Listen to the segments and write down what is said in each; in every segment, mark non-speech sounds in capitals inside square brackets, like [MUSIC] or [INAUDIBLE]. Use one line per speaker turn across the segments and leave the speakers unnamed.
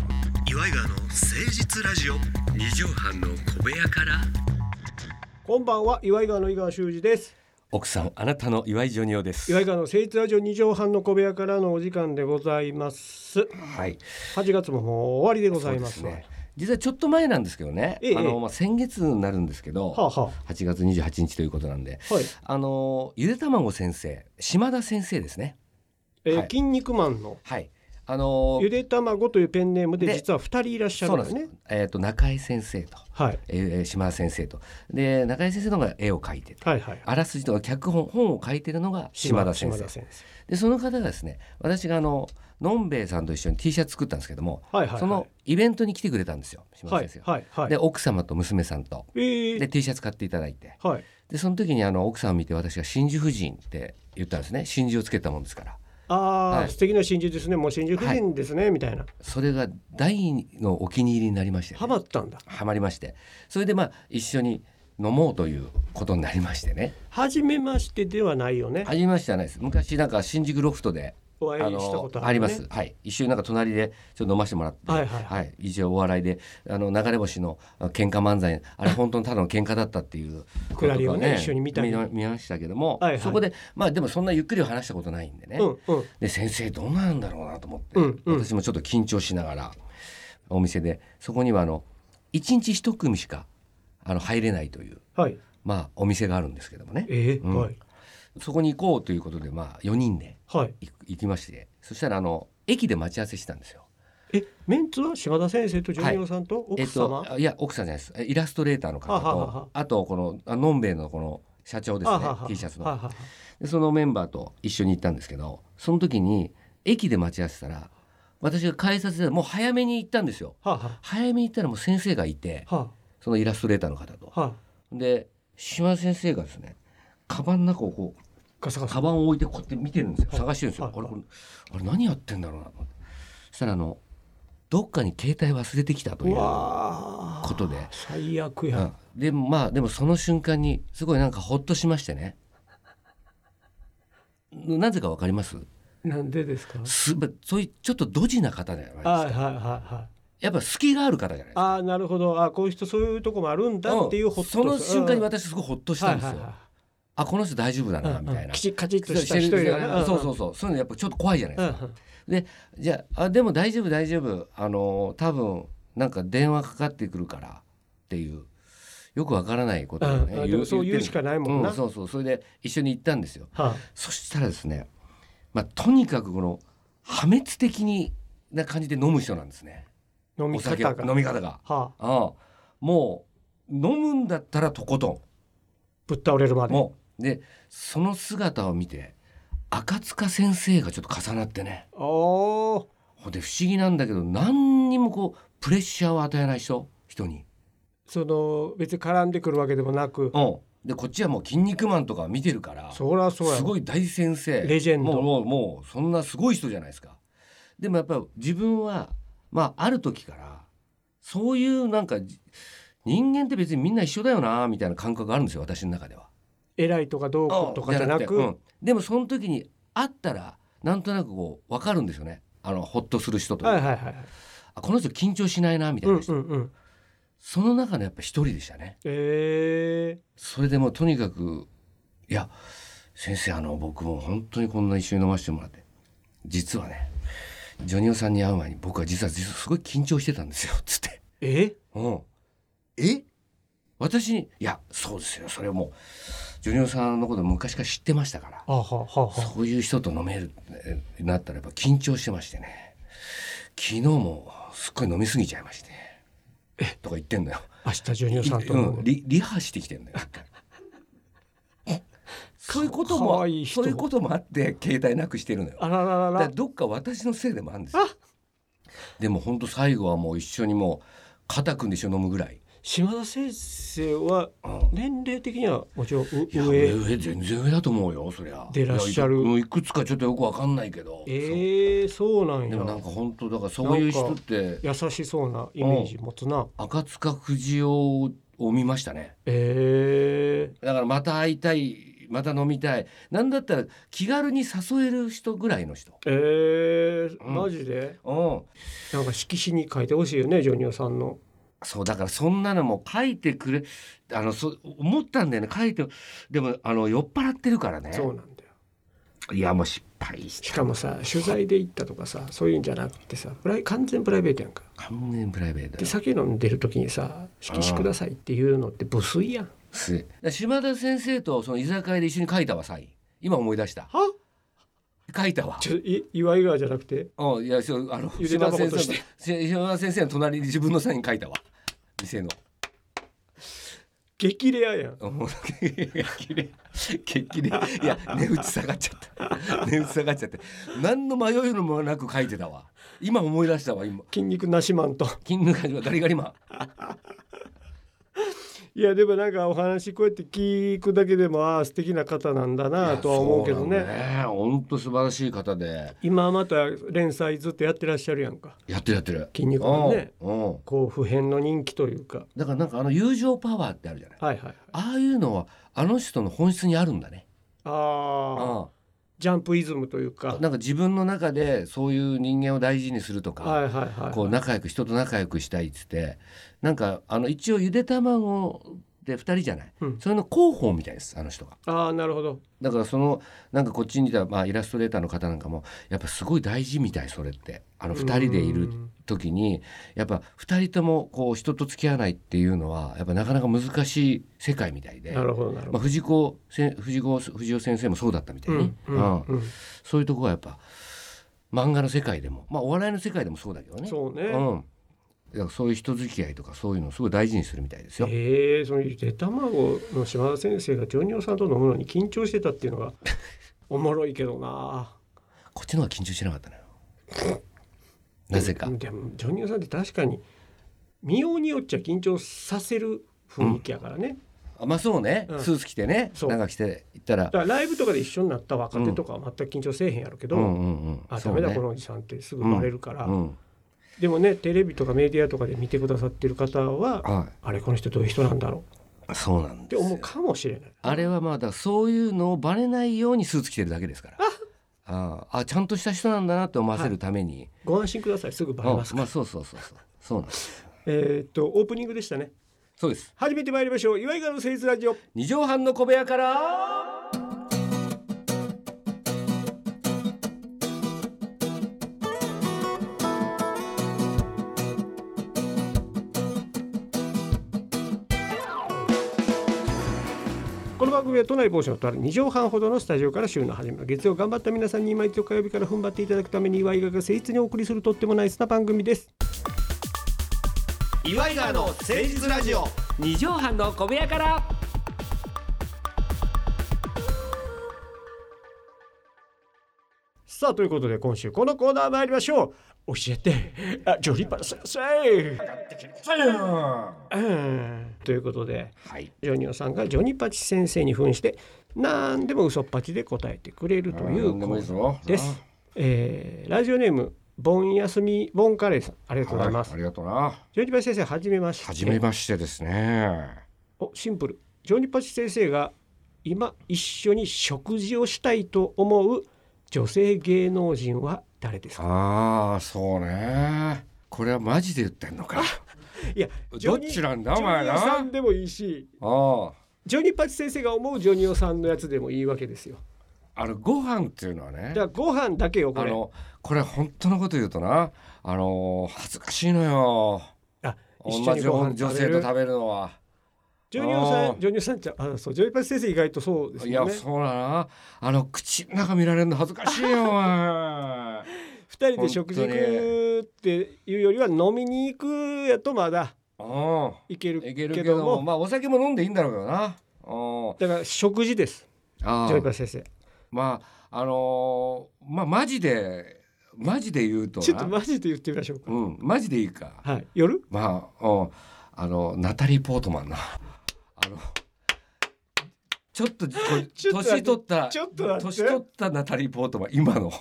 イガーの誠実ラジオ
二畳半の小部屋から
こんばんは岩井川の井川修司です
奥さんあなたの岩井ジョニオです
岩井川の誠実ラジオ二畳半の小部屋からのお時間でございます
はい
八月ももう終わりでございま
そ
す
うね実はちょっと前なんですけどね、
ええ
あ
ええ
のまあ先月になるんですけど、
はあは
8月28日ということなんで
あはい、
あのゆでたまご先生島田先生ですね
えー
はい
筋肉マンの
はいあの
ゆで卵というペンネームで
で
実は二人いらっしゃ
そ
る
うんな
で
んですす
ね
ねえっ、と中井先生と、
はい
えー、島田先生とで中井先生の方が絵を描いてて
はいはい
あらすじとか脚本本を書いてるのが島田先生
島先
でその方がですね私があののんべえさんと一緒に T シャツ作ったんですけども、
はいはいはい
そのイベントに来てくれたんですよ島田
はい
先生が、
はいはい
で奥様と娘さんと
えー
で T シャツ買っていただいて
はい
でその時にあの奥さんを見て私が「真珠夫人」って言ったんですね真珠をつけたもんですから
ああ、
はい
素敵な真珠ですねもう真珠夫人ですね、みたいな
それが大のお気に入りになりましてね、
ハマったんだ
はまりましてそれでまあ一緒に飲もうということになりましてね
初めましてではないよね
初めましてじゃないです昔なんか新宿ロフトで
お会い
あ
したこ
の
と
あ
る
り
よ
ま
ね
す、はい、一緒になんか隣でちょっと飲ませてもらって、
はいはいはい
一応お笑いであの流れ星のあ喧嘩漫才あれ本当にただの喧嘩だったっていう
くだりをね
こととか
一緒に見たり
見見ましたけども、
はいはい
そこでまあでもそんなゆっくりは話したことないんでね、
うんうん
で先生どうなんだろうなと思って、
うんうん
私もちょっと緊張しながらお店でそこにはあの1日1組しかあの入れないという、
はい
まあ、お店があるんですけどもね
えー
うん
はい
そこに行こうということで、まあ、4人で
はい
行く行きましてそしたらあの駅で待ち合わせしてたんですよ。
えメンツは島田先生とジョニオさんと
え
奥
っと
様、、
いや奥さんじゃないですえイラストレーターの方と
あ
あ
ははは
とこのあのんべえのこの社長です
あ
ね
はは
T シャツ
は
の
は
でそのメンバーと一緒に行ったんですけどその時に駅で待ち合わせたら私が改札でもう早めに行ったんですよ
はは
早めに行ったらもう先生がいて
は
そのイラストレーターの方と
は
で島先生がですねカバンの中をこう
ガサガサ
カバンを置いてこうやって見てるんですよ
はい
探してるんですよ、
はい
あれこれあれ何やってんだろうなと思ってそしたらあのどっかに携帯忘れてきたというう
わー
ことで
最悪や、
うんでもまあでもその瞬間にすごいなんかほっとしましてねなぜかわかります
なんでですか
すそういうちょっとドジな方じゃないです
はいはい
か
はいはい
やっぱ隙がある方じゃないですか
ああなるほどあーこういう人そういうとこもあるんだ
うん
っていうほっと
その瞬間に
うん
私すごいほっとしたんですよ、
はいはいはい
あこの人大丈夫だ
うんう
なんみたいな、
きちカチッとした人やな
そうそうそうそういうのやっぱちょっと怖いじゃないですか、
うんうん
じゃああでも大丈夫大丈夫あの多分なんか電話かかってくるからっていうよくわからないことをね、
うんでもそう言うしかないもんな
うそうそうそれで一緒に行ったんですよ
は
そしたらですね、まあ、とにかくこの破滅的にな感じで飲む人なんですね
あ飲み
お酒
方が
飲み方が
はあ
ああもう飲むんだったらとこと
ぶっ倒れるま
ん
で
もうでその姿を見て赤塚先生がちょっと重なってね
おー
ほんで不思議なんだけど何にもこうプレッシャーを与えない人人に。
その別に絡んでくるわけでもなく
うん、でこっちはもう「筋肉マン」とか見てるからす
そりゃそうや
ごい大先生
レジェン
も
ド
うもうもうそんなすごい人じゃないですか。でもやっぱ自分はまあある時からそういうなんかじ人間って別にみんな一緒だよなみたいな感覚があるんですよ私の中では。
偉いとかどうこうとかじゃな
うん
く
うんでもその時に会ったらなんとなくこう分かるんですよねあのほっとする人というか、
はいはいはいはい
あこの人緊張しないなみた
う
い
ん
な人
うんうん
その中のやっぱ一人でしたね。
え
それでもうとにかく、いや、先生、あの、僕も本当にこんな一緒に飲ませてもらって、実はね、ジョニオさんに会う前に僕は実は実はすごい緊張してたんですよ、 [LAUGHS] つって。
ー、え
うん。え私に、いや、そうですよ、それはもう、ジョニオさんのこと昔から知ってましたから、
あははは
そういう人と飲めるえーなったらやっぱ緊張してましてね、昨日もすっごい飲みすぎちゃいまして、とか言ってんだよ。
明日ジョニオさんと
う
の、
ん、リリハしてきてんだよ。 [LAUGHS] そういうこと
か
も
わいい人
そういうこともあって携帯なくしてるのよ。
あららら
だから
ら
どっか私のせいでもあるんですよ。でも本当最後はもう一緒にもう肩組んで一緒に飲むぐらい。
島田先生は
うん
年齢的にはもちろんう
いや
上
上上全然上だと思うよそりゃ。
でらっしゃる
いやいくいくつかちょっとよくわかんないけど。そう
えー、そうなん
でもなん
や
か本当だからそういう人って
優しそうなイメージ持つな
赤塚不二夫を見ましたね。
え
だからまた会いたいまた飲みたいなんだったら気軽に誘える人ぐらいの人
えー、
うん
マジで
うん
なんか色紙に書いてほしいよねジョニオさんの
そうだからそんなのも書いてくれあのそう思ったんだよね書いてでもあの酔っ払ってるからね
そうなんだよ
いやもう失敗し
したかもさ取材で行ったとかさそういうんじゃなくてさプライ完全プライベートやんか
完全プライベート
で
だ
酒飲んでる時にさ「色紙ください」っていうのって無粋やん
すだから島田先生とその居酒屋で一緒に書いたわサイン今思い出した
は
書いたわ
ちょい岩井川じゃなくて
うんいやそうあの
ゆで卵
島田先
として
生の島田先生の隣に自分のサイン書いたわ店の
激レアやん
もう激励激励いや値打ち下がっちゃった値打ち下がっちゃって何の迷いもなく書いてたわ今思い出したわ今
筋肉なしマンと [LAUGHS]
金のガジはガリガリマン
いやでもなんかお話こうやって聞くだけでもああ素敵な方なんだなとは思うけど
そう
ね
なんだね本当素晴らしい方で
今また連載ずっとやってらっしゃるやんか
やってるやってる
筋肉マンね
うんうん
こう普遍の人気というか
だからなんかあの友情パワーってあるじゃない
はいはいはい
ああいうのはあの人の本質にあるんだね
ああ
うん
ジャンプイズムというか
なんか自分の中でそういう人間を大事にするとか、
はいはいはい
こう仲良く人と仲良くしたいっつってなんかあの一応ゆで卵で2人じゃない、
うん
それの広報みたいですあの人が
ああなるほど
だからそのなんかこっちにいた、まあ、イラストレーターの方なんかもやっぱすごい大事みたいそれってあの2人でいる
うん
時にやっぱ2人ともこう人と付き合わないっていうのはやっぱなかなか難しい世界みたいで、
な
ま
るほどなる
あ、
ほど
藤子せ藤子藤尾先生もそうだったみた
う
いね、
んうんうん
そういうとこはやっぱ漫画の世界でも、まあ、お笑いの世界でもそうだけどね
そうね
うん、だからそういう人付き合いとかそういうのをすごい大事にするみたいですよ。
ええそのゆで卵の島田先生がジョニオさんと飲むのに緊張してたっていう
[LAUGHS]
のがおもろいけどな
こっちの方が緊張しなかったのよ。
[LAUGHS]
なぜか。
でもジョニオさんって確かに見ようによっちゃ緊張させる雰囲気やからね、
あまあそうね、
うん
スーツ着てね
そう
長く着て行ったら
だからライブとかで一緒になった若手とかは全く緊張せえへんやろけど、
うんうんうん。
あ
そ
ダ
う
メだ、
ね
このおじさんってすぐバレるから、
うん。
でもねテレビとかメディアとかで見てくださってる方は
は
あれこの人どういう人なんだろう
い。そうなん
っ
で
て
す
思う
よ。
かもしれない
あれはまあだからそういうのをバレないようにスーツ着てるだけですから。ああちゃんとした人なんだなって思わせるために。
ご安心くださいすぐバレ
うん
ますから、
まあそうそうそうそう。そうなんです。
えーっとオープニングでしたね
そうです。
初めて参りましょう岩井川の誠実ラジオ
二畳半の小部屋から。
この番組は都内某所のとある2畳半ほどのスタジオから週の初めの月曜頑張った皆さんに毎週火曜日から踏ん張っていただくために岩井川が誠実にお送りするとってもナイスな番組です
岩井川の誠実ラジオ
二畳半の小部屋から。
さあということで今週このコーナー参りましょう教えてあジョリパラ先生うんということで
はい。
ジョニオさんがジョニパチ先生に扮して何でも嘘っぱちで答えてくれるというコーナー
ぞ
です。えーラジオネームボン休みボンカレーさんありがとうございます、
ありがとうな。
ジョニパチ先生はじめまして
はじめましてですね。
おシンプルジョニパチ先生が今一緒に食事をしたいと思う女性芸能人は誰ですか
ああ、そうね。これはマジで言ってんのか。
いやジ
ど
ョ
っ
ニ
ちなんだお
ジョ
前
ニ
な。
オさ
あ
んでもいいし
あ、
ジョニパチ先生が思うジョニオさんのやつでもいいわけですよ
あのご飯っていうのはね
だか。らご飯だけよこ
あ
れ
のこれ本当のこと言うとな、あの恥ずかしいのよ。
あ一緒
同
に
じ
ご飯
女
食べ
性
る
と食べるのは。
ジョニオさ
あ
ん
ー
ジョニオさんじゃあそうジョニパチ先生意外とそうです
い
よ
や
ね
そうだな。あの口の中見られるの恥ずかしいよ。お
[LAUGHS]
前
二人で食事行くっていうよりは飲みに行くやとまだ
うん。
いける
いける
け
け
ど
ど
も
もまあお酒も飲んでいいんだろうけどな。うん
だから食事です
あ
ジョニ
あ
パチ先
まああのーまあマジでマジで言うと
生
な
ちょっとマジで言ってみましょうか
うんマジでいいか
はい夜
まあ、うん、あのナタリー・ポートマンなあのちょっとこう
ちょっと待っ
年
て
取った
ちょっと待って
年取ったナタリー・ポートマン今の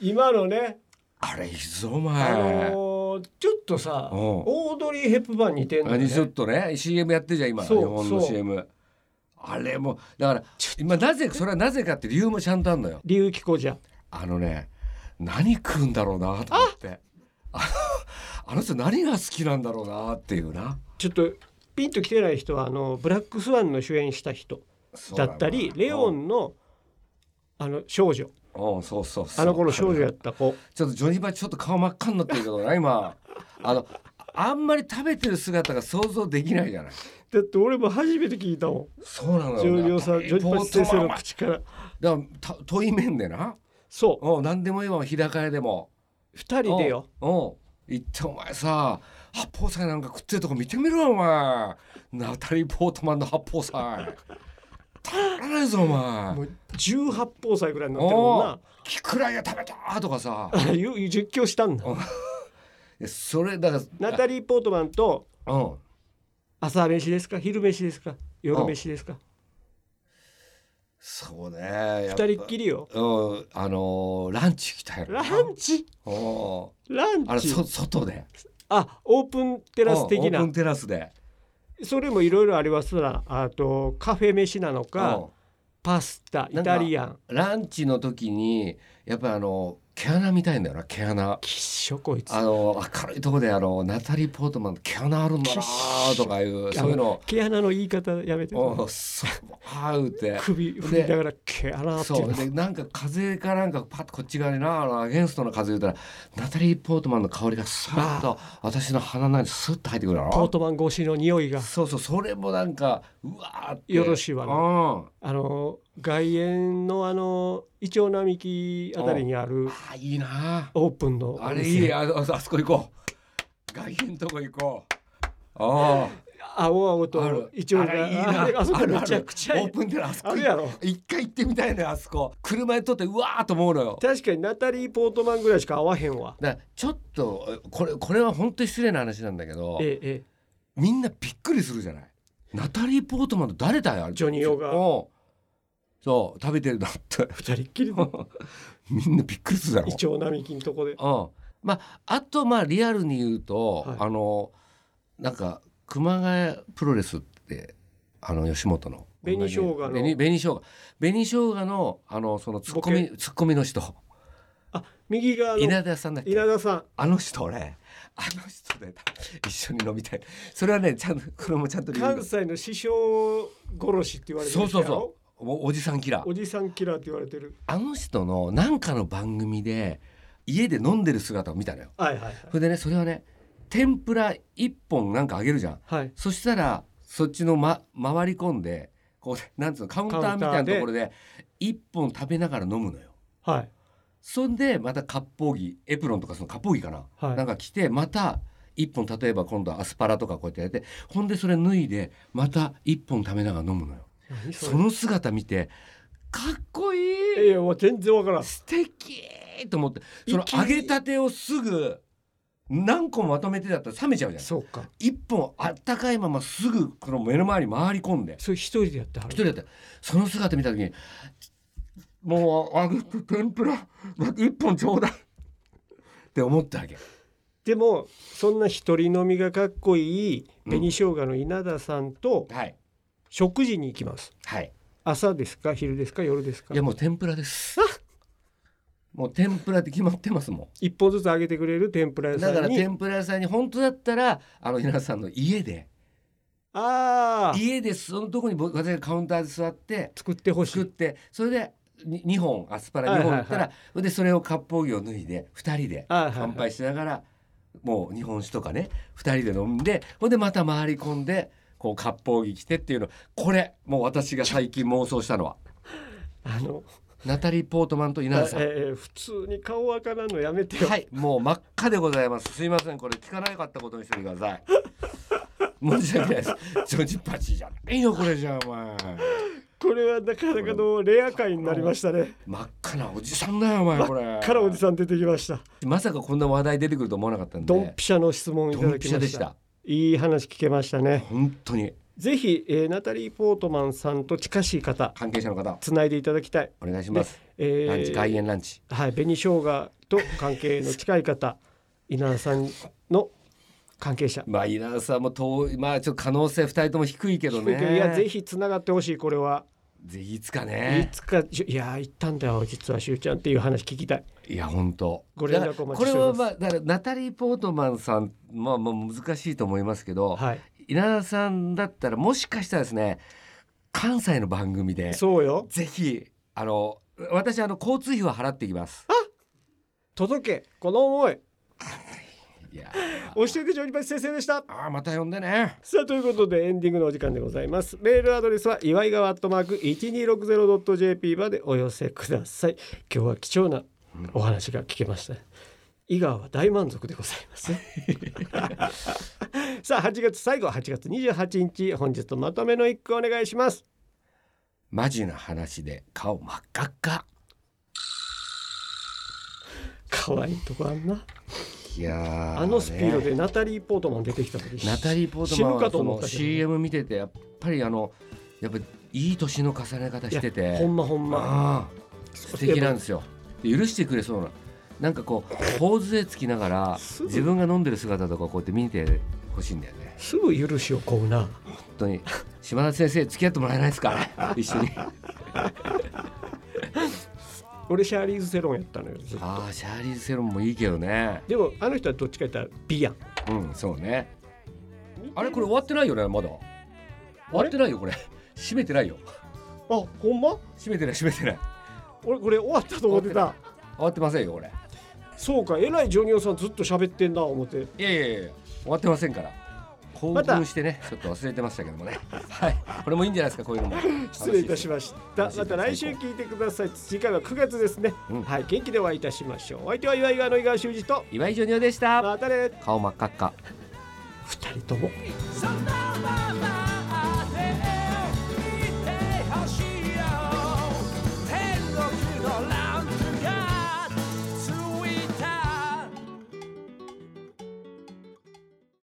今のね、
あれいいぞお
あ
前、
のーちょっとさ、
うん
オードリー・ヘップバーン似てんの
あ
よね
ちょっとね CM やってるじゃん今
そう
日本の
そう
CM あれもだから今なぜそれはなぜかって理由もちゃんとあんのよ
理由聞こうじゃ
あのね何食うんだろうなと思ってあのあの人何が好きなんだろうなっていうな
ちょっとピンと来てない人はあのブラックスワンの主演した人
そう
だ
な
ったりレオンのあの少女
うんうんそうそうそう
あの頃少女やった子
ちょっとジョニーバちょっと顔真っ赤になってるけどな今あのあんまり食べてる姿が想像できないじゃない
だって俺も初めて聞いたも
そうなの
ん
よ
ジョニオさんジョニパチ先生の口から
だからた遠い面でな
そう
うん何でもいいわ日高屋でも
二人でよ
うん行ってお前さ八宝菜なんか食ってるとこ見てみろよお前ナタリー・ポートマンの八宝菜食べられないぞお前
もう18宝歳ぐらいになってるもん
おう
な
キクラゲ食べたとかさ
[LAUGHS] 言う実況したんだ
おいやそれだか
ナタリー・ポートマンと
らうん
朝飯ですか昼飯ですか夜飯ですか
そうねやっぱ
二人っきりよ
うんあのーランチ行きたいな
ランチ
うん
ラン
あれ
チ
そ外で
あオープンテ
テ
ラス的
オープ
な
ンテラスで
それもいろいろありますなあとカフェ飯なの
う
か
ん
パスタイ
なん
タ
か
リアン
ランチの時にやっぱりあの毛穴みたいんだよな毛穴
きっしょこいつ
あの明るいとこであのナタリー・ポートマンの毛穴あるんだなとかいうそういうの
毛穴の言い方やめて
をそうあうって
首振りながら毛穴って
そ
言
う
う
でなんか風かなんかパッとこっち側になあのアゲンストの風言うたらナタリー・ポートマンの香りがさーっと私の鼻の中にスッと入ってくるだろ
ポートマン越しの匂いが
そうそうそれもなんかうわーって
よろしいわね
うん
あの外苑のあのイチョウ並木あたりにある
あいいな
オープンの
あれいいねあのあそこ行こう外苑のとこ行こうあ
青々
ああ
と
る
イチョウ
あれいいな
があれあそこめちゃくちゃ
あ
い
オ
い
ープンテラス
あるやろ
一回行ってみたいのよあそこ車で撮ってうわーと思うのよ
確かにナタリー・ポートマンぐらいしか合わへんわ
だからちょっとえこれこれは本当に失礼な話なんだけど
えええ
みんなびっくりするじゃないナタリー・ポートマンと誰だよあれ
ジョニオが
うんそう食べてるなって [LAUGHS]
え二人っきりの
みんなびっくりするだろ
イチョウ並木のとこ
う
で
ん、まああとまあリアルに言うと、
はい
あのなんか熊谷プロレスってあの吉本の
紅生姜の
紅紅生姜紅生姜のあのそのツッコミツッコミの人
右側の
稲田さんだっけ
稲田さん
あの人俺あの人で一緒に飲みたいそれはねちゃんとこれもちゃんと理由が
関西の師匠殺しって言われてる
そうそ
人
う
やろ
そうおおじさんキラー
おじさんキラーって言われてる
あの人のなんかの番組で家で飲んでる姿を見たのよ
はいはいはい
それでねそれはね天ぷら一本なんかあげるじゃん
はい
そしたらそっちの、ま、回り込んでこうなんつうのカウンターみたいなところで一本食べながら飲むのよ。
はい
そんでまた割烹着エプロンとかその割烹着かな、
はい
なんか着てまた一本例えば今度はアスパラとかこうやってやってほんでそれ脱いでまた一本食べながら飲むのよ。
何そ
そ
れ
の姿見てかっこいい
いやもう全然わからん
素敵と思ってその
いきな
揚げ
り
たてをすぐ何個まとめてだったら冷めちゃうじゃん
そうか
一本あったかいまますぐこの目の前に回り込んで
それ一人でやっては
一
る
人だったその姿見た時にもう揚げて天ぷら一本ちょうだいって思ったわけ
でもそんな一人飲みがかっこいい紅生姜の稲田さんと
はい
食事に行きます
はい
朝ですか昼ですか夜ですか
いやもう天ぷら
[LAUGHS]
ですもう天ぷらって決まってますも
一本ずつ揚げてくれる天ぷら
ん
屋さ
だから
んに
天ぷら屋さんに本当だったらあの皆さんの家で
ああ
家でそのとこに僕私がカウンターで座って
作ってほし
作っ
い
てそれでに2本アスパラ
はい
2
はい
本
はい
いったら、でそれを割烹着を脱いで2人で
あーはいはい
乾杯しながらもう日本酒とかね2人で飲んでほんでまた回り込んでこう割烹着着てっていうのこれもう私が最近妄想したのは
あの
ナタリー・ポートマンと稲田さん。
えー普通に顔赤なんのやめてよ、
はい、もう真っ赤でございます。すいません、これ聞かなかったことにしてください。申し訳ないです。ジョジパチじゃないよ、これじゃお前。
これはなかなかのレア回になりましたね
真っ赤なおじさんだよ、お前、これ。
からおじさん出てきました
まさかこんな話題出てくると思わなかったんで。
ドンピシャの質問をいた
ド
だ
ンピ
き
シャ
ま
で
し
したた。
いい話聞けましたね
本当に
ぜひ、えーナタリー・ポートマンさんと近しい方
関係者の方、
つないでいただきたい、
お願いします。
えー
ランチ外苑ランチ。
[LAUGHS] はい、紅生姜と関係の近い方稲田さんの関係者、
まあ稲田さんも遠いまあちょっと可能性二人とも低いけど
低いけど
ね
いやぜひつながってほしいこれは、
ぜひいつか
い
ね
つかじゅいやー行ったんだよ実はしゅうちゃんっていう話聞きたい
いや本当
ご連絡お待ちしておりま
だか
す
らこれはまあだからナタリー・ポートマンさんまあまあ難しいと思いますけど、
はい
稲田さんだったらもしかしたらですね関西の番組で
そうよ
ぜひあの私あの交通費は払っていきます
届けこの思い
いや
教えてジョニパチ先生でした
あーまた呼んでね
さあということでエンディングのお時間でございますメールアドレスは祝いがわットマーク 1260.jp までお寄せください今日は貴重なお話が聞けました、井川は大満足でございますさあ8月最後8月28日本日のまとめの一句お願いします
マジな話で顔真っ赤っか
可愛いとこあんない
やー
あのスピード
ね
でナタリー・ポートマン出てきた時
ナタリー・ポート
死
マン
ぬ
は
か
そ
と思っ
の
たけどね
CM 見ててやっぱりあのやっぱいい年の重ね方して
いや
て
ほんまほんま
まあ素敵なんですよ許してくれそうななんかこう頬杖つきながら
すぐ
自分が飲んでる姿とかこうやって見てほしいんだよね
すぐ許しを請うな
本当に島田先生付き合ってもらえないですか一緒
[LAUGHS]
に
俺シャーリーズ・セロンやったのよずっと
ああシャーリーズ・セロンもいいけどね
でもあの人はどっちか言ったら美やん
うんそうねあれこれ終わってないよねまだ終わってないよこれ閉めてないよ
あほんま
閉めてない閉めてない
俺これ終わったと思ってた
終わってませんよこれ
そうかえらいジョニオさんずっと喋ってんな思って
いやいやいや終わってませんから興
また
奮してね、ちょっと忘れてましたけどもねはいこれもいいんじゃないですかこういうのも
[LAUGHS] 失礼いたしました
楽しい
ま
です
た来週聞いてください次回は9月ですね、
うん
はい元気でお会いいたしましょうお相手は岩井川の井川修司と
岩井ジョニオでした
またね
顔真っ赤っか
二人とも
そんな